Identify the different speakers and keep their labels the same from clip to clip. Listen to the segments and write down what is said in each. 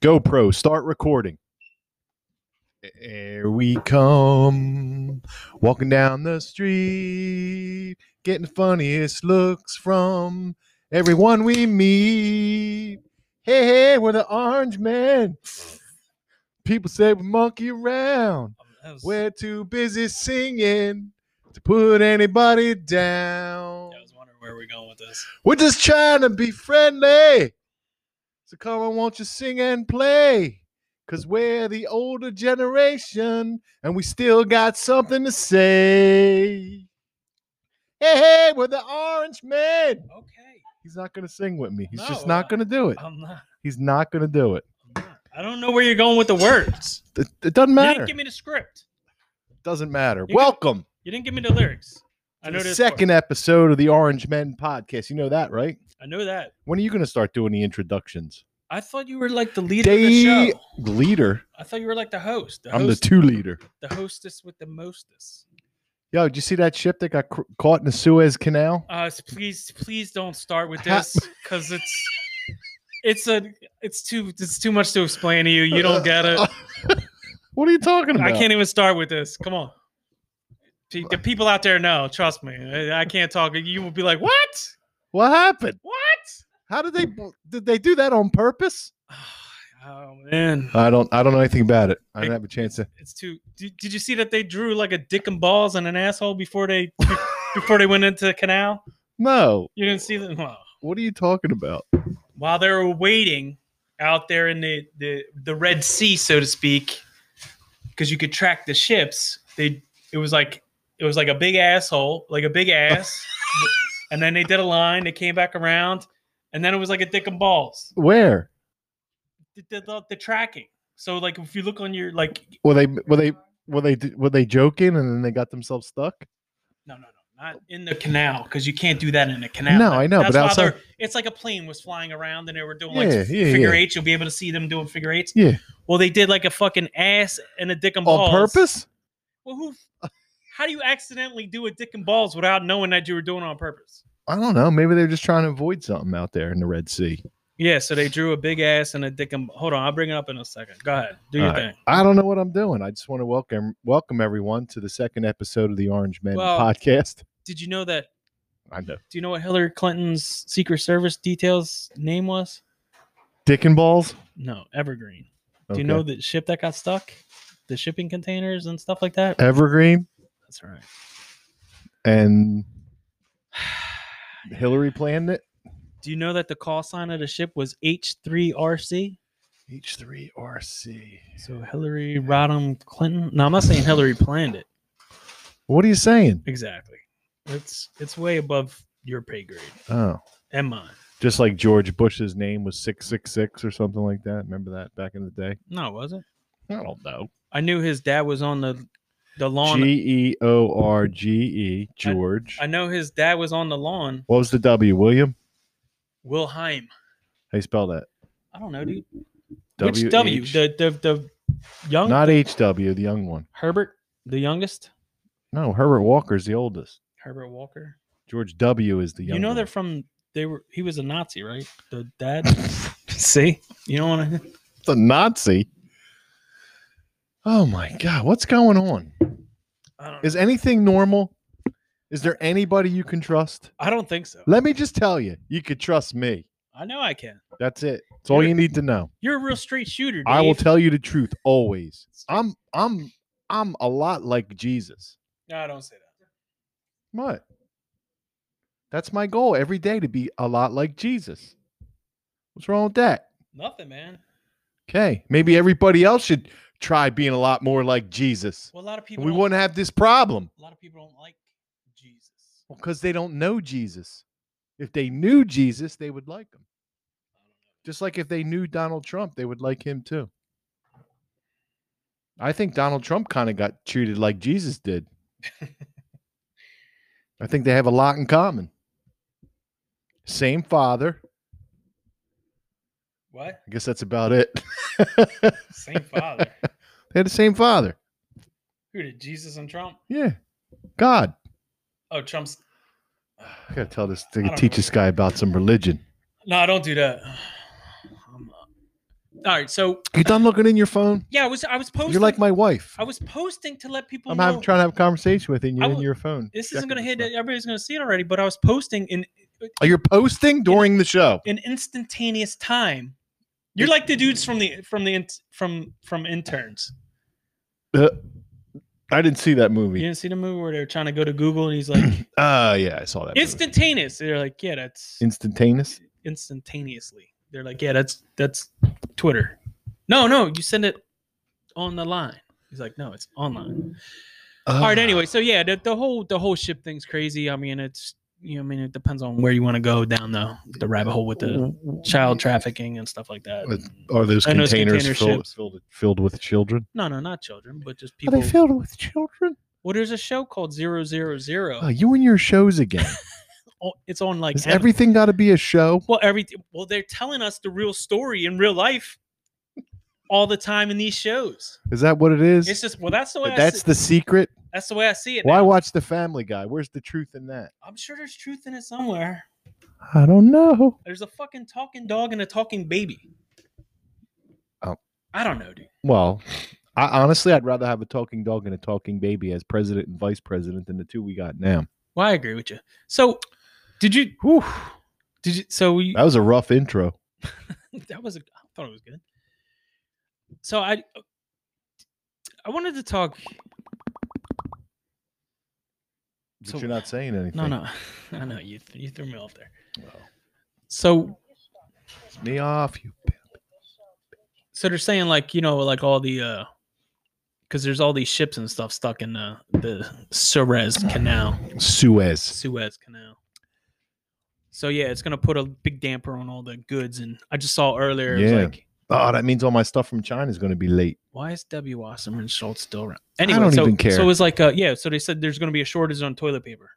Speaker 1: GoPro, start recording. Here we come, walking down the street, getting the funniest looks from everyone we meet. Hey, hey, we're the Orange Men. People say we monkey around.
Speaker 2: That Um, was,
Speaker 1: We're too busy singing to put anybody down.
Speaker 2: yeah, I was wondering where we're going with this.
Speaker 1: We're just trying to be friendly. So come on, won't you sing and play? Cause we're the older generation and we still got something to say. Hey, hey, we're the orange men.
Speaker 2: Okay,
Speaker 1: He's not gonna sing with me. He's just
Speaker 2: No, uh,
Speaker 1: not
Speaker 2: I-
Speaker 1: gonna do it.
Speaker 2: I'm not.
Speaker 1: He's not gonna do it.
Speaker 2: I'm not. I don't know where you're going with the words.
Speaker 1: It, it doesn't
Speaker 2: You
Speaker 1: matter.
Speaker 2: didn't give me the script.
Speaker 1: doesn't matter.
Speaker 2: You
Speaker 1: Welcome
Speaker 2: You didn't give me the lyrics. I
Speaker 1: to
Speaker 2: know
Speaker 1: the
Speaker 2: this
Speaker 1: second
Speaker 2: Part.
Speaker 1: episode of the Orange Men podcast. You know that, right?
Speaker 2: I know that.
Speaker 1: When are you gonna start doing the introductions?
Speaker 2: I thought you were like the leader of the
Speaker 1: Day-
Speaker 2: show.
Speaker 1: Leader.
Speaker 2: I thought you were like the host. The
Speaker 1: I'm the
Speaker 2: host,
Speaker 1: two leader.
Speaker 2: the hostess with the mostest.
Speaker 1: Yo, did you see that ship that got cr- caught in the Suez Canal?
Speaker 2: Uh, s- please, please don't start with
Speaker 1: Ha-
Speaker 2: this because it's it's a it's too it's too much to explain to you. You don't get it.
Speaker 1: What are you talking about?
Speaker 2: I can't even start with this. Come on. Pe- The people out there know. Trust me. I I can't talk. You will be like, what?
Speaker 1: What happened?
Speaker 2: What?
Speaker 1: How did they did they do that on purpose?
Speaker 2: Oh man,
Speaker 1: I don't I don't know anything about it. I
Speaker 2: Hey,
Speaker 1: didn't have a chance to.
Speaker 2: it's too. Did, did you see that they drew like a dick and balls and an asshole before they be- before they went into the canal?
Speaker 1: No.
Speaker 2: You didn't see that. Well,
Speaker 1: What are you talking about?
Speaker 2: while they were waiting out there in the the, the Red Sea, so to speak, because you could track the ships. They it was like it was like a big asshole, like a big ass, and then they did a line. They came back around, and then it was like a dick and balls.
Speaker 1: Where?
Speaker 2: The, the, the, the tracking. So like if you look on your like
Speaker 1: Were they were they were they d- were they joking and then they got themselves stuck?
Speaker 2: no no no not in the canal because you can't do that in a canal.
Speaker 1: No, I know, but
Speaker 2: why they're-
Speaker 1: outside-
Speaker 2: it's like a plane was flying around and they were doing like
Speaker 1: Yeah, yeah, yeah.
Speaker 2: figure eights. You'll be able to see them doing figure eights.
Speaker 1: Yeah.
Speaker 2: Well, they did like a fucking ass and a dick and
Speaker 1: On
Speaker 2: balls
Speaker 1: purpose?
Speaker 2: Well, who? How do you accidentally do a dick and balls without knowing that you were doing it on purpose?
Speaker 1: I don't know. Maybe they're just trying to avoid something out there in the Red Sea.
Speaker 2: Yeah, so they drew a big ass and a dick and. Hold on, I'll bring it up in a second. Go ahead, do your
Speaker 1: All right.
Speaker 2: thing.
Speaker 1: I don't know what I'm doing. I just want to welcome welcome everyone to the second episode of the Orange Men
Speaker 2: Well-
Speaker 1: podcast.
Speaker 2: Did you know that?
Speaker 1: I know.
Speaker 2: Do you know what Hillary Clinton's Secret Service details name was?
Speaker 1: Dick and balls.
Speaker 2: No, Evergreen. Do
Speaker 1: Okay.
Speaker 2: you know the ship that got stuck? The shipping containers and stuff like that.
Speaker 1: Evergreen?
Speaker 2: That's right.
Speaker 1: and Hillary planned it.
Speaker 2: Do you know that the call sign of the ship was H3RC?
Speaker 1: H3RC.
Speaker 2: So Hillary Rodham Clinton. No, I'm not saying Hillary planned it.
Speaker 1: What are you saying?
Speaker 2: Exactly. It's it's way above your pay grade
Speaker 1: Oh,
Speaker 2: and mine.
Speaker 1: just like George Bush's name was 666 or something like that. Remember that back in the day?
Speaker 2: No, it wasn't.
Speaker 1: I don't know.
Speaker 2: I knew his dad was on the the lawn.
Speaker 1: G E O R G E, George.
Speaker 2: I know his dad was on the lawn.
Speaker 1: what was the W? William?
Speaker 2: Will Heim.
Speaker 1: How you spell that?
Speaker 2: I don't know, dude.
Speaker 1: WH?
Speaker 2: Which W? The the the young
Speaker 1: Not HW, the young one.
Speaker 2: Herbert, the youngest.
Speaker 1: No, Herbert Walker's the oldest.
Speaker 2: Herbert Walker.
Speaker 1: George W is the young
Speaker 2: You know
Speaker 1: one.
Speaker 2: they're from they were he was a Nazi, right? The dad. See? You don't want to
Speaker 1: the Nazi. Oh my God. What's going on?
Speaker 2: I don't,
Speaker 1: Is anything normal? Is there anybody you can trust?
Speaker 2: I don't think so.
Speaker 1: Let me just tell you, you could trust me.
Speaker 2: I know I can.
Speaker 1: That's it. It's all you need to know.
Speaker 2: You're a real straight shooter. Dave.
Speaker 1: I will tell you the truth always. I'm I'm I'm a lot like Jesus.
Speaker 2: no, I don't say that.
Speaker 1: What? That's my goal every day to be a lot like Jesus. What's wrong with that?
Speaker 2: Nothing, man.
Speaker 1: Okay. Maybe everybody else should try being a lot more like Jesus.
Speaker 2: Well, a lot of people.
Speaker 1: We
Speaker 2: don't-
Speaker 1: wouldn't have this problem
Speaker 2: A lot of people don't like Jesus.
Speaker 1: because they don't know Jesus. If they knew Jesus, they would like him. Just like if they knew Donald Trump, they would like him too. I think Donald Trump kind of got treated like Jesus did. I think they have a lot in common. Same father.
Speaker 2: What?
Speaker 1: I guess that's about it.
Speaker 2: Same father.
Speaker 1: they had the same father.
Speaker 2: Who did Jesus and Trump?
Speaker 1: Yeah. God.
Speaker 2: Oh, Trump's.
Speaker 1: I got to tell this
Speaker 2: I
Speaker 1: to
Speaker 2: don't
Speaker 1: teach
Speaker 2: know.
Speaker 1: this guy about some religion.
Speaker 2: No, I don't do that. I'm, All right, so
Speaker 1: You done looking in your phone?
Speaker 2: yeah, I was I was posting.
Speaker 1: You're like my wife.
Speaker 2: I was posting to let people
Speaker 1: I'm
Speaker 2: know.
Speaker 1: having, trying to have a conversation with you, and you're
Speaker 2: I
Speaker 1: in
Speaker 2: will-
Speaker 1: your phone.
Speaker 2: this
Speaker 1: Checking
Speaker 2: isn't going to hit.
Speaker 1: stuff.
Speaker 2: Everybody's going to see it already. But I was posting in
Speaker 1: Are you posting during the show?
Speaker 2: in instantaneous time. You're like the dudes from the from the in- from from interns.
Speaker 1: Uh, I didn't see that
Speaker 2: You
Speaker 1: movie.
Speaker 2: didn't see the movie where they're trying to go to Google and he's like
Speaker 1: Ah, yeah, I saw that. movie.
Speaker 2: instantaneous. They're like, yeah, that's
Speaker 1: Instantaneous.
Speaker 2: instantaneously. They're like, yeah, that's that's Twitter. No, no, you send it on the line. He's like, no, it's online. All right,
Speaker 1: Ah.
Speaker 2: anyway, so yeah, the, the whole the whole ship thing's crazy. I mean, it's you know, I mean, it depends on where you want to go down the the rabbit hole with the child trafficking and stuff like that.
Speaker 1: Uh, Mm-hmm. With- Are those
Speaker 2: And those
Speaker 1: containers
Speaker 2: container
Speaker 1: filled,
Speaker 2: ships.
Speaker 1: filled filled with children?
Speaker 2: No, no, not children, but just people.
Speaker 1: Are they filled with children?
Speaker 2: well, there's a show called Zero Zero
Speaker 1: Oh,
Speaker 2: Zero.
Speaker 1: you and your shows again.
Speaker 2: Oh, It's on like
Speaker 1: Has
Speaker 2: Am-
Speaker 1: everything got to be a show?
Speaker 2: well, every well, they're telling us the real story in real life all the time in these shows.
Speaker 1: Is that what it is?
Speaker 2: It's just well, that's the way I
Speaker 1: That's
Speaker 2: see,
Speaker 1: the secret.
Speaker 2: that's the way I see it.
Speaker 1: Why
Speaker 2: now.
Speaker 1: watch The Family Guy? Where's the truth in that?
Speaker 2: I'm sure there's truth in it somewhere.
Speaker 1: I don't know.
Speaker 2: There's a fucking talking dog and a talking baby.
Speaker 1: Oh.
Speaker 2: I don't know, dude.
Speaker 1: Well, I honestly, I'd rather have a talking dog and a talking baby as president and vice president than the two we got now.
Speaker 2: Well, I agree with you. So, did you? Did you? So you,
Speaker 1: That was a rough intro.
Speaker 2: that was a, I thought it was good. So I I wanted to talk.
Speaker 1: But
Speaker 2: So-
Speaker 1: you're not saying anything.
Speaker 2: No, no, I know you th- you threw me off there.
Speaker 1: Well,
Speaker 2: So
Speaker 1: piss me off, you. pimp.
Speaker 2: so they're saying like you know like all the uh because there's all these ships and stuff stuck in the the Suez Canal,
Speaker 1: Suez.
Speaker 2: Suez Canal. So yeah, it's gonna put a big damper on all the goods. And I just saw earlier, it was
Speaker 1: Yeah.
Speaker 2: like,
Speaker 1: Oh, that means all my stuff from China is going to be late.
Speaker 2: why is W. Wasserman Schultz still around? Anyway,
Speaker 1: don't
Speaker 2: so,
Speaker 1: even care.
Speaker 2: So it was like, uh, yeah. So they said there's going to be a shortage on toilet paper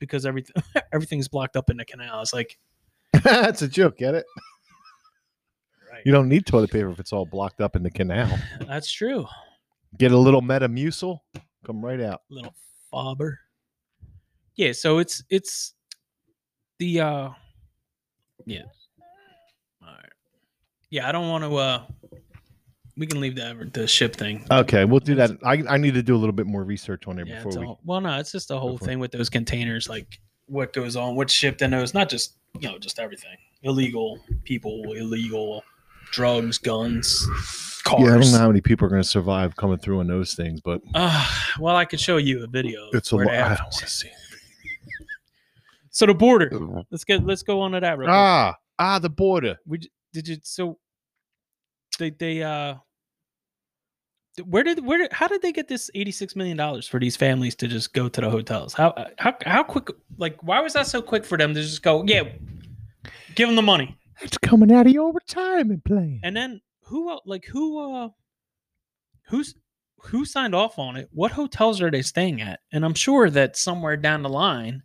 Speaker 2: because everything everything's blocked up in the canal. It's like,
Speaker 1: That's a joke. Get it?
Speaker 2: right,
Speaker 1: You don't need toilet paper if it's all blocked up in the canal.
Speaker 2: that's true.
Speaker 1: Get a little Metamucil, come right out.
Speaker 2: Little fobber. Yeah. So it's it's the uh, yeah. All right. Yeah, I don't want to. uh We can leave the the ship thing.
Speaker 1: Okay, we'll do that.
Speaker 2: That's-
Speaker 1: I, I need to do a little bit more research on it
Speaker 2: Yeah, it's
Speaker 1: before
Speaker 2: a
Speaker 1: we.
Speaker 2: whole- well, no, it's just the whole
Speaker 1: Before-
Speaker 2: thing with those containers, like what goes on, what shipped in those, not just you know, just everything illegal people, illegal drugs, guns,
Speaker 1: Yeah, I don't
Speaker 2: cars.
Speaker 1: know how many people are going to survive coming through on those things, but
Speaker 2: Uh, well, I could show you a video. of
Speaker 1: it's a
Speaker 2: where
Speaker 1: lot.
Speaker 2: it
Speaker 1: I don't
Speaker 2: happened.
Speaker 1: want to see.
Speaker 2: So the border. Let's get let's go on to that. Real quick.
Speaker 1: Ah, ah, the border.
Speaker 2: we j- did you so they they uh th- where did where did, how did they get this 86 million dollars for these families to just go to the hotels how uh, how how quick like why was that so quick for them to just go yeah give them the money
Speaker 1: It's coming out of your retirement plan.
Speaker 2: and then who el- like who uh who's who signed off on it what hotels are they staying at and i'm sure that somewhere down the line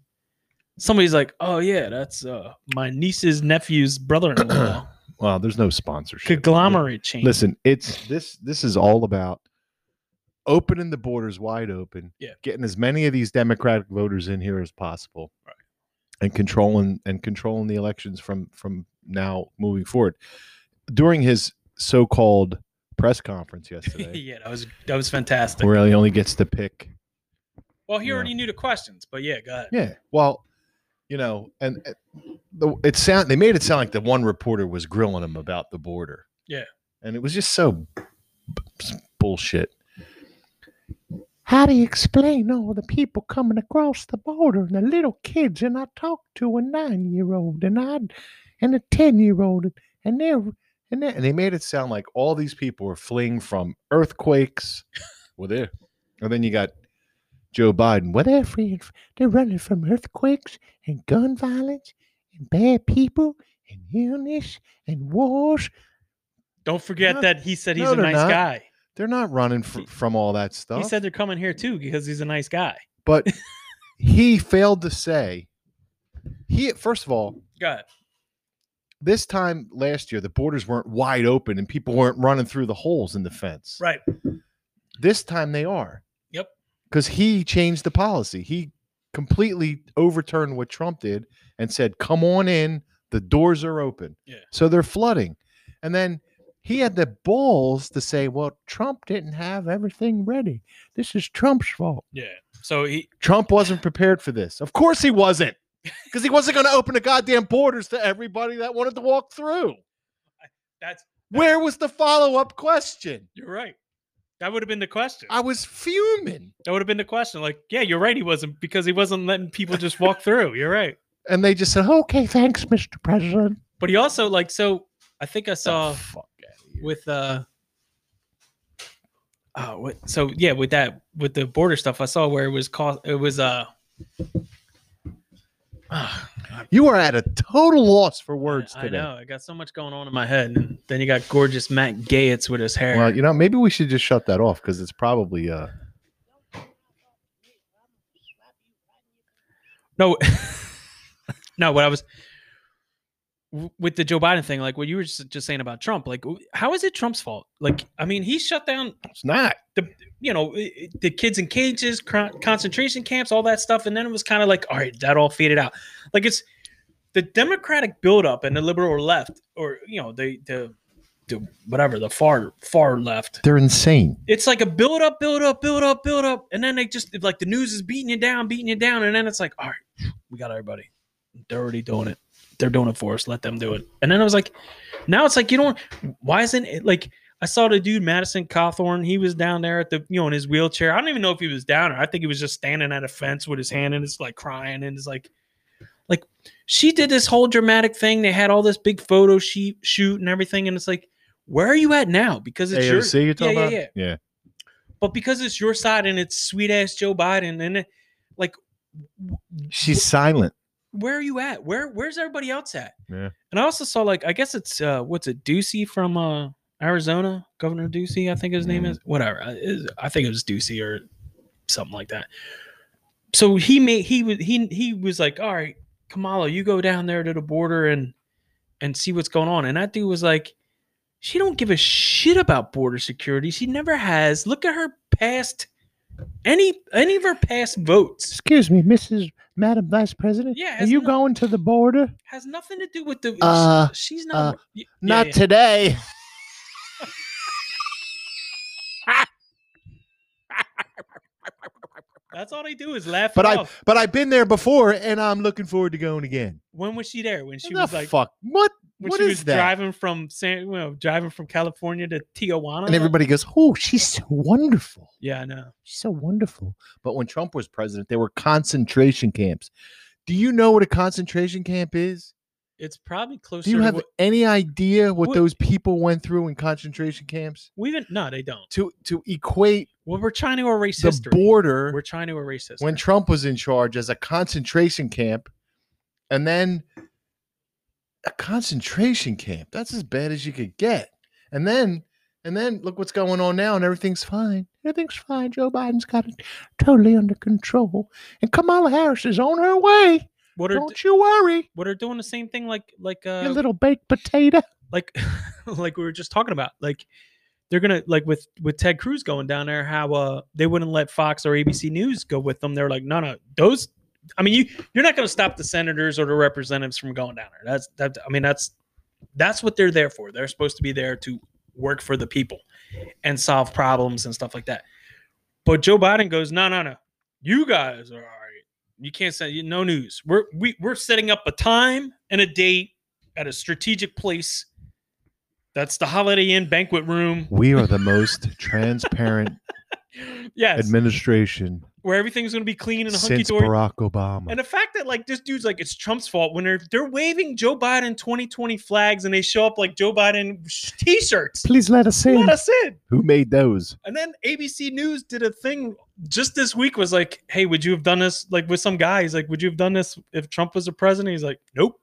Speaker 2: somebody's like oh yeah that's uh my niece's nephew's brother-in-law
Speaker 1: Wow, there's no sponsorship.
Speaker 2: conglomerate chain
Speaker 1: Listen, it's this. This is all about opening the borders wide open.
Speaker 2: Yeah.
Speaker 1: Getting as many of these Democratic voters in here as possible. Right. And controlling and controlling the elections from from now moving forward. During his so-called press conference yesterday,
Speaker 2: yeah, that was that was fantastic.
Speaker 1: where he only gets to pick
Speaker 2: well, he
Speaker 1: yeah.
Speaker 2: already knew the questions, but yeah, go ahead.
Speaker 1: Yeah. Well, you know, and uh, the, it sound they made it sound like the one reporter was grilling him about the border.
Speaker 2: Yeah.
Speaker 1: And it was just so b- b- bullshit. How do you explain all the people coming across the border and the little kids? And I talked to a nine-year-old and I and a ten-year-old, and they're and they and they made it sound like all these people were fleeing from earthquakes. Well, there, and then you got Joe Biden. Well, they're fleeing they're running from earthquakes and gun violence and bad people and illness and wars.
Speaker 2: Don't forget
Speaker 1: No,
Speaker 2: that he said he's
Speaker 1: no,
Speaker 2: a
Speaker 1: they're
Speaker 2: nice
Speaker 1: not.
Speaker 2: guy.
Speaker 1: They're not running fr-
Speaker 2: He-
Speaker 1: from all that stuff.
Speaker 2: He said they're coming here too because he's a nice guy.
Speaker 1: but he failed to say. He first of all,
Speaker 2: Go ahead.
Speaker 1: this time last year the borders weren't wide open and people weren't running through the holes in the fence.
Speaker 2: Right.
Speaker 1: This time they are.
Speaker 2: Yep.
Speaker 1: Because he changed the policy. He completely overturned what Trump did and said, come on in. The doors are open.
Speaker 2: Yeah.
Speaker 1: So they're flooding. And then He had the balls to say, well, Trump didn't have everything ready. This is Trump's fault.
Speaker 2: Yeah. So he
Speaker 1: Trump wasn't prepared for this. Of course he wasn't. Because he wasn't going to open the goddamn borders to everybody that wanted to walk through.
Speaker 2: that's
Speaker 1: Where was the follow up question?
Speaker 2: you're right. That would have been the question.
Speaker 1: I was fuming.
Speaker 2: that would have been the question. Like, yeah, you're right. He wasn't because he wasn't letting people just walk through. You're right.
Speaker 1: And they just said, okay, thanks, Mr. President.
Speaker 2: But he also like so. I think I
Speaker 1: Oh,
Speaker 2: saw
Speaker 1: fuck outta here.
Speaker 2: with uh. Oh, what? So yeah, with that, with the border stuff, I saw where it was cost. It was uh. ah,
Speaker 1: You are at a total loss for words
Speaker 2: I
Speaker 1: today.
Speaker 2: know. I got so much going on in my head, and then you got gorgeous Matt Gaetz with his hair.
Speaker 1: Well, you know, maybe we should just shut that off because it's probably uh
Speaker 2: No, no. What I was w- with the Joe Biden thing, like what you were just, just saying about Trump, like w- how is it Trump's fault? Like, I mean, he shut down,
Speaker 1: it's not.
Speaker 2: you know, i- i- the kids in cages, cr- concentration camps, all that stuff, and then it was kind of like, all right, that all faded out. Like it's the Democratic buildup and the liberal left, or you know, the the, the whatever the far far left
Speaker 1: They're insane.
Speaker 2: it's like a build up, build up, build up, build up, and then they just like the news is beating you down, beating you down, and then it's like, all right, we got everybody. They're already doing it. They're doing it for us. Let them do it. And then I was like, now it's like you don't. Why isn't it like? I saw the dude Madison Cawthorn. He was down there at the you know in his wheelchair. I don't even know if he was down there. I think he was just standing at a fence with his hand and it's like crying and it's like, like she did this whole dramatic thing. They had all this big photo shoot shoot and everything, and it's like, where are you at now? Because it's your,
Speaker 1: AOC, you're talking
Speaker 2: yeah,
Speaker 1: about?
Speaker 2: yeah.
Speaker 1: yeah.
Speaker 2: but because it's your side and it's sweet ass Joe Biden, and it- like,
Speaker 1: She's silent.
Speaker 2: where are you at? Where where's everybody else at?
Speaker 1: Yeah.
Speaker 2: And I also saw like I guess it's uh what's it Ducey from uh Arizona, Governor Ducey, I think his name
Speaker 1: Mm.
Speaker 2: is. Whatever, I, is- I think it was Ducey or something like that. So he made he was he he was like, all right, Kamala, you go down there to the border and and see what's going on. And that dude was like, she don't give a shit about border security. She never has. Look at her past any any of her past votes.
Speaker 1: Excuse me, Mrs. Madam Vice President.
Speaker 2: Yeah, has no-
Speaker 1: going to the border?
Speaker 2: has nothing to do with the.
Speaker 1: Uh,
Speaker 2: sh- she's not.
Speaker 1: uh,
Speaker 2: y- yeah,
Speaker 1: Not
Speaker 2: yeah.
Speaker 1: today.
Speaker 2: That's all they do is laugh.
Speaker 1: But
Speaker 2: it
Speaker 1: I
Speaker 2: off.
Speaker 1: but I've been there before and I'm looking forward to going again.
Speaker 2: When was she there? When she
Speaker 1: The
Speaker 2: was like.
Speaker 1: fuck. What
Speaker 2: When
Speaker 1: what
Speaker 2: she
Speaker 1: is
Speaker 2: was
Speaker 1: that?
Speaker 2: driving from San, well, driving from California to Tijuana.
Speaker 1: and everybody goes, Oh, she's so wonderful.
Speaker 2: Yeah, I know.
Speaker 1: She's so wonderful. But when Trump was president, there were concentration camps. Do you know what a concentration camp is?
Speaker 2: It's probably closer.
Speaker 1: Do you
Speaker 2: to
Speaker 1: have
Speaker 2: what-
Speaker 1: any idea what
Speaker 2: What-
Speaker 1: those people went through in concentration camps?
Speaker 2: we even no, they don't.
Speaker 1: To to equate
Speaker 2: Well, we're trying to erase
Speaker 1: the
Speaker 2: history.
Speaker 1: border
Speaker 2: We're trying to erase history.
Speaker 1: when Trump was in charge as a concentration camp, and then a concentration camp. That's as bad as you could get. And then, and then look what's going on now, and everything's fine. Everything's fine. Joe Biden's got it totally under control, and Kamala Harris is on her way.
Speaker 2: what are
Speaker 1: Don't you worry,
Speaker 2: what are doing the same thing like like uh
Speaker 1: you little baked potato.
Speaker 2: like like we were just talking about like they're gonna like with with ted cruz going down there how uh they wouldn't let fox or abc news go with them they're like no no those i mean you you're not gonna stop the senators or the representatives from going down there that's that i mean that's that's what they're there for they're supposed to be there to work for the people and solve problems and stuff like that but joe biden goes no no no you guys are all right you can't say no news we're we, we're setting up a time and a date at a strategic place that's the Holiday Inn banquet room.
Speaker 1: We are the most transparent
Speaker 2: Yes,
Speaker 1: administration
Speaker 2: where everything's going to be clean and hunky
Speaker 1: since
Speaker 2: dory.
Speaker 1: Barack Obama.
Speaker 2: And the fact that like this dude's like it's Trump's fault when they're they're waving Joe Biden 2020 flags and they show up like Joe Biden sh- t-shirts.
Speaker 1: Please let us
Speaker 2: Let us in.
Speaker 1: Who made those?
Speaker 2: And then ABC News did a thing just this week was like, "Hey, would you have done this like with some guy?" He's like, "Would you have done this if Trump was the president?" He's like, "Nope."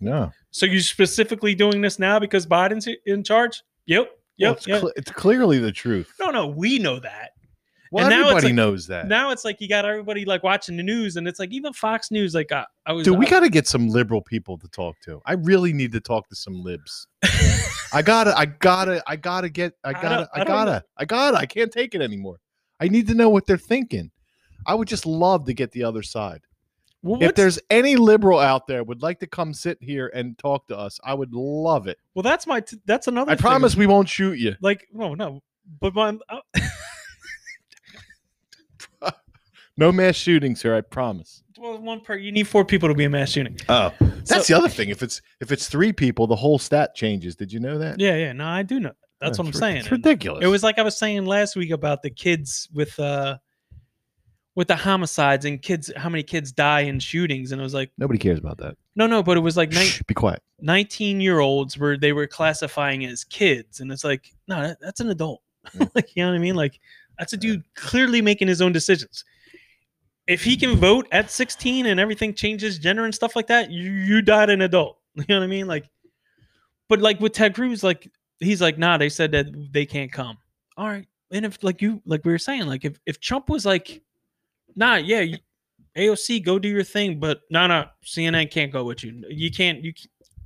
Speaker 1: No.
Speaker 2: So you specifically doing this now because Biden's in charge? Yep. Yep.
Speaker 1: Well, it's,
Speaker 2: yep.
Speaker 1: cle- it's clearly the truth.
Speaker 2: no, no, we know that.
Speaker 1: Well,
Speaker 2: And now it's
Speaker 1: everybody
Speaker 2: like-
Speaker 1: knows that.
Speaker 2: now it's like you got everybody like watching the news and it's like even fox news like i, I was
Speaker 1: Dude, we got to get some liberal people to talk to. I really need to talk to some libs. I gotta, I gotta, I gotta get, I
Speaker 2: don't-
Speaker 1: gotta, I,
Speaker 2: I don't know.
Speaker 1: gotta, I gotta, I can't take it anymore. I need to know what they're thinking. I would just love to get the other side.
Speaker 2: Well,
Speaker 1: If
Speaker 2: what's-
Speaker 1: there's any liberal out there would like to come sit here and talk to us, I would love it.
Speaker 2: well, that's my. T- that's another.
Speaker 1: I
Speaker 2: thing.
Speaker 1: promise we won't shoot you.
Speaker 2: Like, no, no. But my, uh,
Speaker 1: No mass shootings here, I promise.
Speaker 2: well, one per. You need four people to be a mass shooting.
Speaker 1: Oh, that's
Speaker 2: So-
Speaker 1: the other thing. If it's if it's three people, the whole stat changes. Did you know that?
Speaker 2: Yeah, yeah. No, I do know. That's what I'm
Speaker 1: it's ri-
Speaker 2: saying.
Speaker 1: It's
Speaker 2: And-
Speaker 1: ridiculous.
Speaker 2: It was like I was saying last week about the kids with uh with the homicides and kids how many kids die in shootings and it was like
Speaker 1: nobody cares about that.
Speaker 2: no no but it was like nine-
Speaker 1: Shh, be quiet.
Speaker 2: 19 year olds were they were classifying as kids and it's like no that, that's an adult
Speaker 1: Yeah.
Speaker 2: like you know what I mean like that's a dude clearly making his own decisions if he can vote at 16 and everything changes gender and stuff like that you, you died an adult you know what I mean like but like with Ted Cruz like he's like, nah, they said that they can't come. All right. And if like you like we were saying, like if, if Trump was like, nah, yeah, you, AOC, go do your thing, but no, no, CNN can't go with you. You can't. You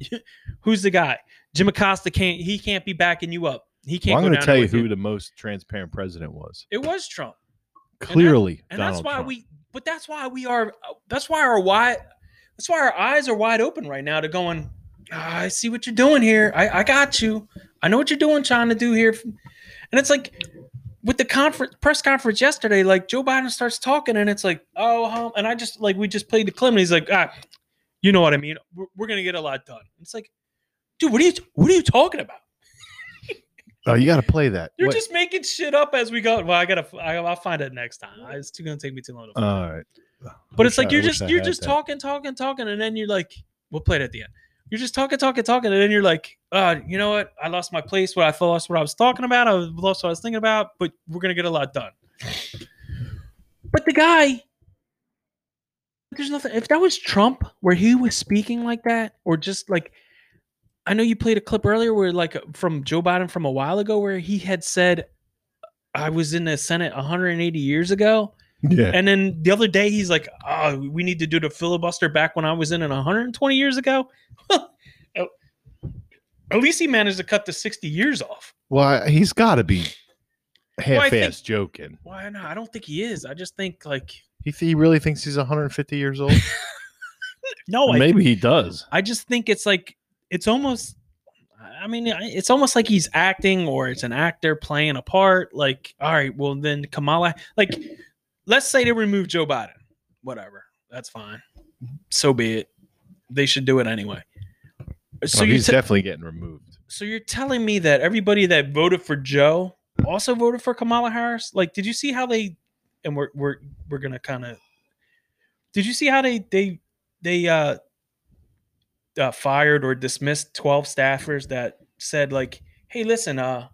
Speaker 2: c- who's the guy? Jim Acosta can't. He can't be backing you up. He can't.
Speaker 1: Well, I'm
Speaker 2: go
Speaker 1: going
Speaker 2: down
Speaker 1: to
Speaker 2: there
Speaker 1: tell you
Speaker 2: with
Speaker 1: who the most transparent president was.
Speaker 2: It was Trump,
Speaker 1: Clearly,
Speaker 2: and
Speaker 1: Donald
Speaker 2: that's why
Speaker 1: Trump.
Speaker 2: we. But that's why we are. uh, That's why our wide. That's why our eyes are wide open right now to going. "Ah, I see what you're doing here. I, I got you. I know what you're doing, trying to do here. And it's like with the conference press conference yesterday, like Joe Biden starts talking, and it's like, oh, hum, and I just like we just played the clip, and he's like, ah, you know what I mean? We're, we're gonna get a lot done. It's like, dude, what are you what are you talking about?
Speaker 1: Oh, you got to play that.
Speaker 2: You're
Speaker 1: What-
Speaker 2: just making shit up as we go. Well, I gotta, I, I'll find it next time. It's too gonna take me too long. To find.
Speaker 1: All right.
Speaker 2: But it's like
Speaker 1: I
Speaker 2: you're
Speaker 1: wish
Speaker 2: just
Speaker 1: I
Speaker 2: you're
Speaker 1: had
Speaker 2: just
Speaker 1: that.
Speaker 2: talking, talking, talking, and then you're like, we'll play it at the end. You're just talking, talking, talking, and then you're like, uh, you know what? I lost my place. What I thought- lost what I was talking about. I lost what I was thinking about. But we're gonna get a lot done. But the guy, there's nothing. If that was Trump, where he was speaking like that, or just like, I know you played a clip earlier where like from Joe Biden from a while ago, where he had said, "I was in the Senate 180 years ago."
Speaker 1: Yeah.
Speaker 2: And then the other day, he's like, "Oh, we need to do the filibuster back when I was in it 120 years ago." Oh, At least he managed to cut the 60 years off.
Speaker 1: Well, I- he's got to be
Speaker 2: I
Speaker 1: half-ass
Speaker 2: think-
Speaker 1: joking.
Speaker 2: Why not? I don't think he is. I just think like
Speaker 1: He, th- he really thinks he's 150 years old.
Speaker 2: no. Oh, I,
Speaker 1: Maybe he does.
Speaker 2: I just think it's like it's almost. I mean, I- it's almost like he's acting, or it's an actor playing a part. Like, all right, well then Kamala. Like, let's say they remove Joe Biden. Whatever, that's fine. So be it. They should do it anyway. So
Speaker 1: So
Speaker 2: you
Speaker 1: Oh, he's
Speaker 2: ta-
Speaker 1: definitely getting removed.
Speaker 2: So you're telling me that everybody that voted for Joe also voted for Kamala Harris? Like, did you see how they? And we're we're we're gonna kind of. Did you see how they they they uh, uh fired or dismissed twelve staffers that said like, "Hey, listen, uh,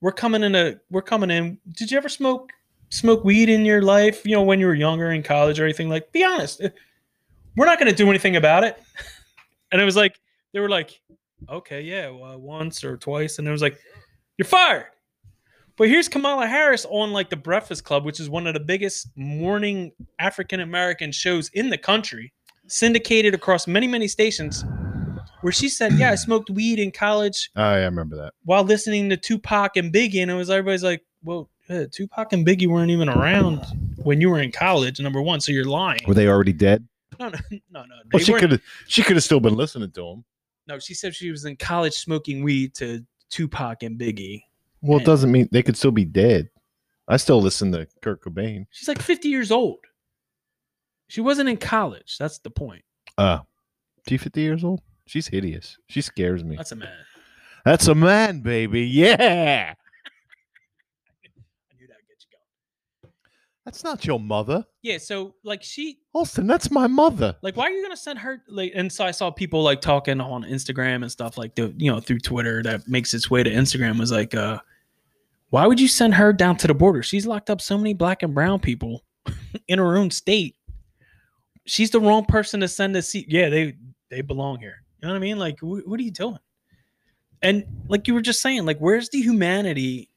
Speaker 2: we're coming in a we're coming in. Did you ever smoke smoke weed in your life? You know, when you were younger in college or anything? Like, be honest. eh, We're not gonna do anything about it." And it was like they were like okay, yeah, well, once or twice, and it was like, you're fired. But here's Kamala Harris on like the Breakfast Club, which is one of the biggest morning African American shows in the country, syndicated across many many stations, where she said, "Yeah, I smoked weed in college
Speaker 1: Oh, yeah, I remember that.
Speaker 2: while listening to Tupac and Biggie," and it was everybody's like, "Well, yeah, Tupac and Biggie weren't even around when you were in college, number one, so you're lying."
Speaker 1: Were they already dead?
Speaker 2: No, no, no, no.
Speaker 1: Well,
Speaker 2: they
Speaker 1: she
Speaker 2: weren't-
Speaker 1: could have. She could have still been listening to him.
Speaker 2: no, she said she was in college smoking weed to Tupac and Biggie.
Speaker 1: Well,
Speaker 2: Yeah.
Speaker 1: it doesn't mean they could still be dead. I still listen to Kurt Cobain.
Speaker 2: She's like 50 years old. She wasn't in college. That's the point.
Speaker 1: Uh, she 50 years old. She's hideous. She scares me.
Speaker 2: That's a man.
Speaker 1: That's a man, baby. Yeah.
Speaker 2: I knew that would get you going.
Speaker 1: That's not your mother,
Speaker 2: Yeah, so like she
Speaker 1: Austin. That's my mother.
Speaker 2: like why are you gonna send her like and so I saw people like talking on Instagram and stuff like the you know through Twitter that makes its way to Instagram was like uh why would you send her down to the border? She's locked up so many black and brown people in her own state. She's the wrong person to send to see. Yeah, they they belong here. You know what I mean? Like, wh- what are you doing? And like you were just saying, like, where's the humanity?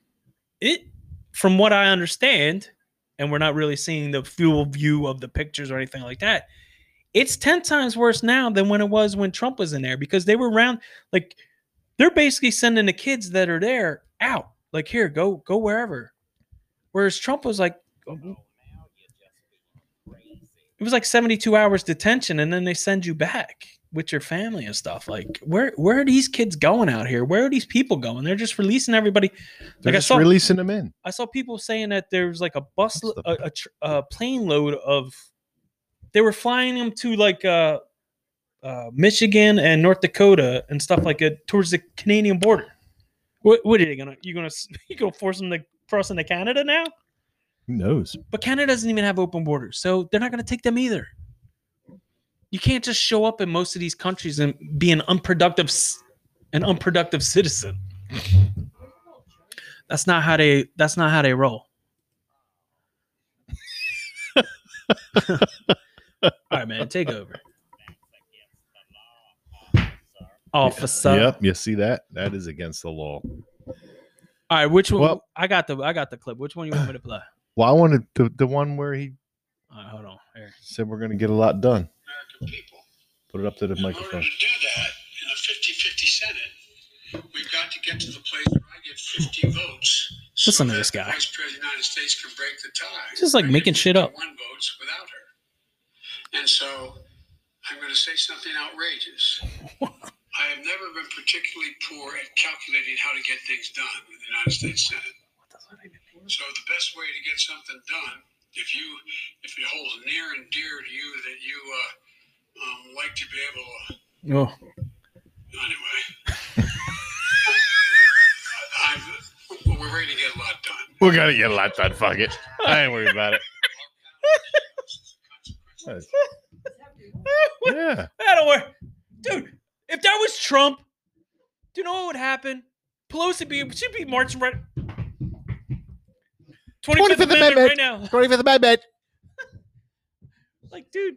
Speaker 2: It, from what I understand, and we're not really seeing the full view of the pictures or anything like that. It's ten times worse now than when it was when Trump was in there because they were around. Like, they're basically sending the kids that are there out. Like, here, go, go wherever. Whereas Trump was like, "Oh, it was like 72 hours detention and then they send you back with your family and stuff like where where are these kids going out here where are these people going they're just releasing everybody
Speaker 1: They're
Speaker 2: Like, I
Speaker 1: just
Speaker 2: saw-
Speaker 1: releasing them in.
Speaker 2: i saw people saying that there was like a bus
Speaker 1: That's the-
Speaker 2: a, a, tr- a plane load of they were flying them to like uh, uh michigan and north dakota and stuff like it towards the canadian border what, what are they gonna you gonna s- you gonna force them to cross into canada now
Speaker 1: Who knows?
Speaker 2: but Canada doesn't even have open borders, so they're not going to take them either. You can't just show up in most of these countries and be an unproductive, c- an unproductive citizen. That's not how they. That's not how they roll. All right, man, take over, officer.
Speaker 1: Yep, you see that? That is against the law.
Speaker 2: All right, which one?
Speaker 1: Well-
Speaker 2: I got the. I got the clip. Which one you want me to play?
Speaker 1: Well, I wanted the, the one where he
Speaker 2: All right, hold on. Here.
Speaker 1: said we're going to get a lot done.
Speaker 3: people.
Speaker 1: Put it up to the
Speaker 3: In order
Speaker 1: microphone.
Speaker 3: to do that, in a 50-50 Senate, we've got to get to the place where I get 50 votes. so
Speaker 2: Listen to
Speaker 3: that
Speaker 2: this
Speaker 3: the
Speaker 2: guy.
Speaker 3: Vice President of the United States can break the tie.
Speaker 2: This is like
Speaker 3: I get
Speaker 2: making shit up.
Speaker 3: 51 votes without her. And so I'm going to say something outrageous. I have never been particularly poor at calculating how to get things done in the United States Senate. So the best way to get something done, if you, if it holds near and dear to you that you uh, um, like to be able to
Speaker 2: Oh,
Speaker 3: Anyway. I've, we're ready to get a lot done.
Speaker 1: We're going to get a lot done. Fuck it. I ain't worried about it. Yeah.
Speaker 2: That'll work. Dude, if that was Trump, do you know what would happen? Pelosi be she'd be marching right. 25th,
Speaker 1: 25th
Speaker 2: amendment,
Speaker 1: Amendment.
Speaker 2: right now.
Speaker 1: 25th Amendment.
Speaker 2: Like, dude.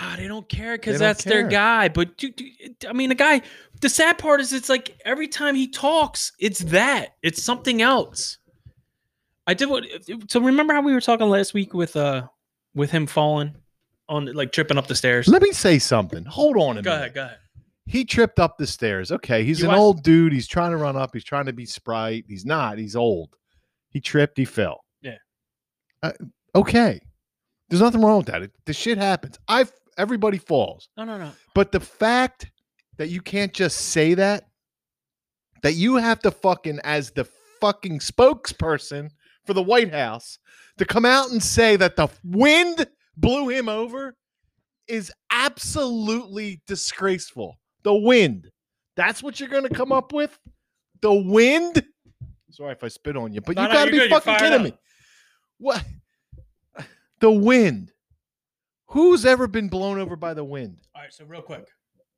Speaker 2: Ah, they don't care
Speaker 1: They
Speaker 2: because
Speaker 1: don't
Speaker 2: that's their
Speaker 1: care.
Speaker 2: guy. But dude, dude, it- I mean, the guy. The sad part is, it's like every time he talks, it's that. It's something else. I did what. So remember how we were talking last week with uh with him falling on like tripping up the stairs.
Speaker 1: Let me say something. Hold on a
Speaker 2: Go
Speaker 1: minute.
Speaker 2: ahead, go ahead.
Speaker 1: He tripped up the stairs. Okay, he's
Speaker 2: You
Speaker 1: an
Speaker 2: watch-
Speaker 1: old dude. He's trying to run up. He's trying to be sprite. He's not. He's old. He tripped. He fell.
Speaker 2: Yeah.
Speaker 1: Uh, okay. There's nothing wrong with that. It, the shit happens. I have everybody falls.
Speaker 2: No, no, no.
Speaker 1: But the fact that you can't just say that, that you have to fucking, as the fucking spokesperson for the White House, to come out and say that the wind blew him over is absolutely disgraceful. The wind. That's what you're going to come up with? The wind? Sorry if I spit on you, but
Speaker 2: No,
Speaker 1: you
Speaker 2: no,
Speaker 1: got to
Speaker 2: you're
Speaker 1: be
Speaker 2: good. You're
Speaker 1: fucking
Speaker 2: fired
Speaker 1: kidding
Speaker 2: up.
Speaker 1: me. What? The wind. Who's ever been blown over by the wind?
Speaker 2: All right, so real quick.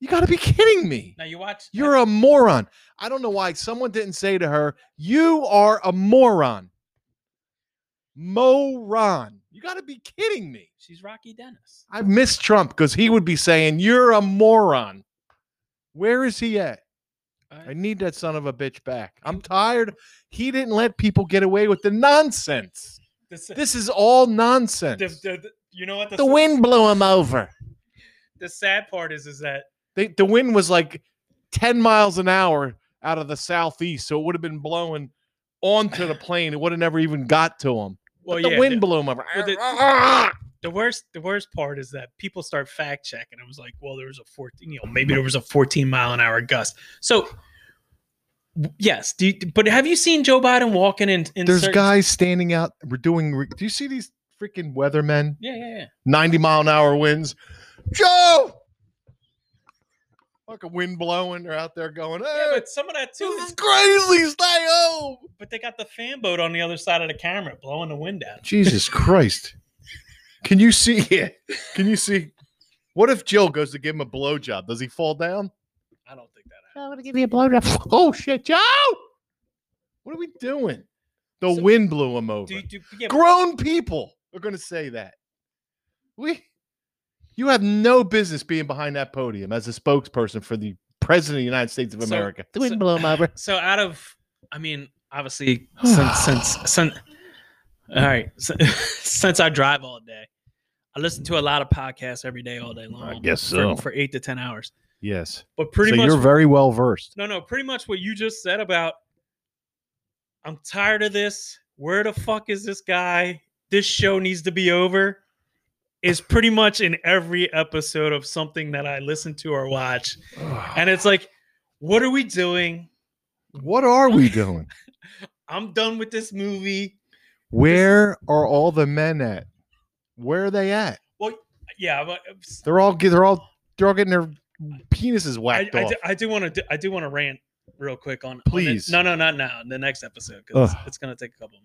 Speaker 1: You got to be kidding me.
Speaker 2: Now you watch.
Speaker 1: You're a moron. I don't know why someone didn't say to her, You are a moron. Moron. You got to be kidding me.
Speaker 2: She's Rocky Dennis.
Speaker 1: I miss Trump because he would be saying, You're a moron. Where is he at? I need that son of a bitch back. I'm tired. He didn't let people get away with the nonsense.
Speaker 2: This,
Speaker 1: This is all
Speaker 2: the,
Speaker 1: nonsense.
Speaker 2: the, the- you know what the,
Speaker 1: The wind blew him over.
Speaker 2: the sad part is is that
Speaker 1: They, the wind was like 10 miles an hour out of the southeast, so it would have been blowing onto the plane. It would have never even got to them.
Speaker 2: well
Speaker 1: the
Speaker 2: yeah
Speaker 1: wind
Speaker 2: the,
Speaker 1: blew them over.
Speaker 2: well, the worst the worst part is that people start fact checking. It was like, well, there was a 14, you know, maybe there was a 14 mile an hour gust. So w- yes, do you, but have you seen Joe Biden walking in? in
Speaker 1: There's
Speaker 2: certain-
Speaker 1: guys standing out. We're doing. re- Do you see these freaking weathermen?
Speaker 2: Yeah, yeah, yeah.
Speaker 1: 90 mile an hour winds. Joe! Like a wind blowing. They're out there going,
Speaker 2: Yeah,
Speaker 1: hey,
Speaker 2: but some of that too.
Speaker 1: this is
Speaker 2: Is,
Speaker 1: crazy. Stay home.
Speaker 2: but they got the fan boat on the other side of the camera blowing the wind out.
Speaker 1: Jesus Christ. Can you see it? Can you see? What if Jill goes to give him a blowjob? Does he fall down?
Speaker 2: I don't think that
Speaker 1: I'm gonna give you a blowjob. Oh shit, Joe! What are we doing? The
Speaker 2: So-
Speaker 1: wind blew him over.
Speaker 2: happened. Do, you- do, yeah,
Speaker 1: Grown people are gonna say that. We you have no business being behind that podium as a spokesperson for the president of the United States of
Speaker 2: So-
Speaker 1: America. the
Speaker 2: so-
Speaker 1: wind blew him over.
Speaker 2: so out of i mean obviously since since since all right so, since i drive all day i listen to a lot of podcasts every day all day long
Speaker 1: guess
Speaker 2: for, for eight to ten hours
Speaker 1: yes.
Speaker 2: but pretty
Speaker 1: so
Speaker 2: much
Speaker 1: you're very well versed.
Speaker 2: no no pretty much what you just said about i'm tired of this where the fuck is this guy this show needs to be over is pretty much in every episode of something that I listen to or watch. And it's like, what are we doing?
Speaker 1: What are we doing?
Speaker 2: I'm done with this movie.
Speaker 1: Where are all the men at? Where are they at?
Speaker 2: Yeah, uh, but
Speaker 1: They're all get- they're all they're all getting their penises
Speaker 2: I,
Speaker 1: whacked
Speaker 2: I,
Speaker 1: off.
Speaker 2: do, I do want to I do want to rant real quick on on the-
Speaker 1: Please.
Speaker 2: no, no, not now. The next episode because
Speaker 1: Ugh.
Speaker 2: it's, gonna take a couple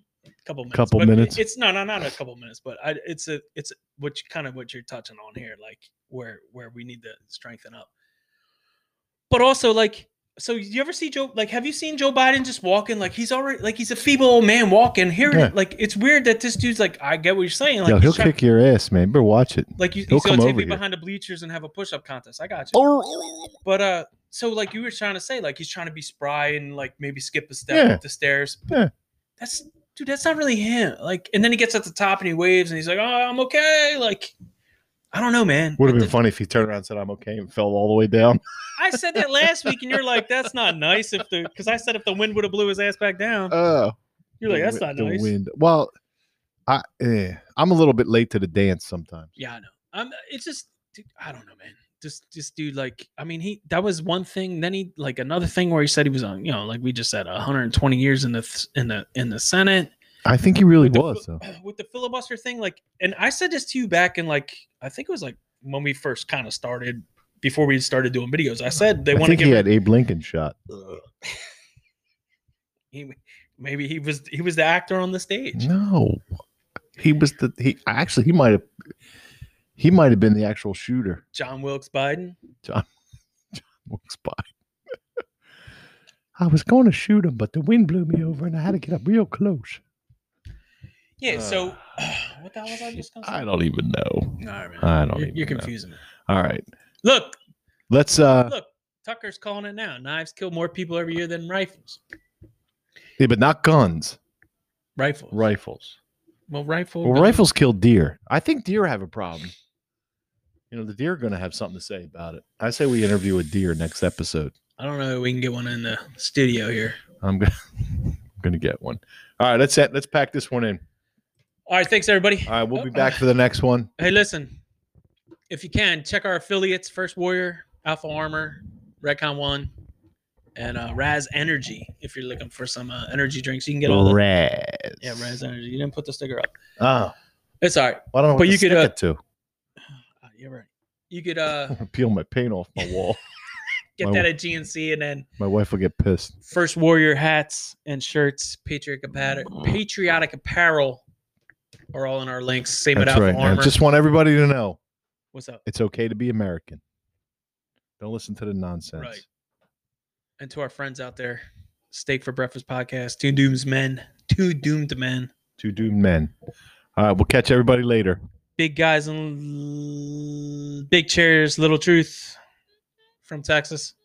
Speaker 2: couple minutes.
Speaker 1: Couple
Speaker 2: but
Speaker 1: minutes?
Speaker 2: It's no, no, not a couple minutes, but I, it's a it's what you, kind of what you're touching on here, like where where we need to strengthen up. But also, like, so you ever see Joe? Like, have you seen Joe Biden just walking? Like he's already like he's a feeble old man walking. Here,
Speaker 1: Yeah.
Speaker 2: like it's weird that this dude's like, I get what you're saying. Like
Speaker 1: Yo,
Speaker 2: he's
Speaker 1: he'll
Speaker 2: trying-
Speaker 1: kick your ass, man. Better watch it.
Speaker 2: like you,
Speaker 1: he'll
Speaker 2: he's gonna
Speaker 1: come
Speaker 2: take
Speaker 1: over
Speaker 2: me
Speaker 1: here.
Speaker 2: behind the bleachers and have a push-up contest. I got you.
Speaker 1: Oh,
Speaker 2: But uh, so like you were trying to say, like he's trying to be spry and like maybe skip a step
Speaker 1: Yeah.
Speaker 2: up the stairs.
Speaker 1: Yeah.
Speaker 2: That's dude, that's not really him. Like, and then he gets at the top and he waves and he's like, "Oh, I'm okay." Like, I don't know, man.
Speaker 1: Would
Speaker 2: What
Speaker 1: have
Speaker 2: the-
Speaker 1: been funny if he turned around and said, "I'm okay," and fell all the way down.
Speaker 2: I said that last week, and you're like, "That's not nice." If the because I said if the wind would have blew his ass back down,
Speaker 1: Oh,
Speaker 2: you're like,
Speaker 1: the
Speaker 2: "That's
Speaker 1: wi-
Speaker 2: not
Speaker 1: the
Speaker 2: nice."
Speaker 1: wind. Well, I eh, I'm a little bit late to the dance sometimes.
Speaker 2: Yeah, I know. I'm. It's just, dude, I don't know, man. Just, just dude, like, I mean, he that was one thing. Then he like another thing where he said he was on, you know, like we just said, 120 years in the th- in the in the Senate.
Speaker 1: I think he really
Speaker 2: With the
Speaker 1: was. though.
Speaker 2: with the filibuster thing, like, and I said this to you back in like I think it was like when we first kind of started before we started doing videos. I said they
Speaker 1: I
Speaker 2: want to
Speaker 1: think
Speaker 2: give
Speaker 1: he had Abe Lincoln shot.
Speaker 2: he- maybe he was he was the actor on the stage.
Speaker 1: No, he was the he. Actually, he might have. He might have been the actual shooter.
Speaker 2: John Wilkes Biden.
Speaker 1: Walks by. I was going to shoot him, but the wind blew me over, and I had to get up real close.
Speaker 2: Yeah. so what the hell was I
Speaker 1: Ah, Shit,
Speaker 2: just gonna say?
Speaker 1: I don't even know.
Speaker 2: All right, man.
Speaker 1: I don't
Speaker 2: You're,
Speaker 1: even
Speaker 2: you're
Speaker 1: know.
Speaker 2: confusing me.
Speaker 1: All right,
Speaker 2: Look,
Speaker 1: let's. uh
Speaker 2: Look, Tucker's calling it now. Knives kill more people every year than rifles.
Speaker 1: yeah, but not guns.
Speaker 2: Rifles.
Speaker 1: Rifles.
Speaker 2: Well, rifle.
Speaker 1: Well,
Speaker 2: gun-
Speaker 1: rifles kill deer. I think deer have a problem. You know, the deer are going to have something to say about it. I say we interview a deer next episode.
Speaker 2: I don't know. if We can get one in the studio here.
Speaker 1: I'm going to get one. All right, let's let's pack this one in.
Speaker 2: All right. Thanks, everybody.
Speaker 1: All right, we'll be back for the next one.
Speaker 2: Hey, listen. If you can, check our affiliates: First Warrior, Alpha Armor, Redcon One, and uh, Raz Energy. If you're looking for some uh, energy drinks, you can get all the
Speaker 1: Raz.
Speaker 2: yeah Raz Energy. You didn't put the sticker up.
Speaker 1: Oh,
Speaker 2: It's all right.
Speaker 1: well, I don't know.
Speaker 2: But
Speaker 1: But you
Speaker 2: you could,
Speaker 1: could
Speaker 2: uh,
Speaker 1: it to
Speaker 2: Uh, You're right. You could uh,
Speaker 1: peel my paint off my wall.
Speaker 2: get
Speaker 1: Well-
Speaker 2: that at GNC and then
Speaker 1: my wife will get pissed.
Speaker 2: First Warrior hats and shirts, Patriotic apparel,
Speaker 1: Mm.
Speaker 2: Patriotic apparel are all in our links. Same it
Speaker 1: That's
Speaker 2: out
Speaker 1: right. I
Speaker 2: armor.
Speaker 1: just want everybody to know
Speaker 2: What's up?
Speaker 1: it's okay to be American. Don't listen to the nonsense.
Speaker 2: Right. And to our friends out there, Steak for Breakfast podcast, Two Dooms Men, Two Doomed Men,
Speaker 1: Two doomed men. All right, we'll catch everybody later.
Speaker 2: Big Guys and Big Chairs, Little Truth from Texas.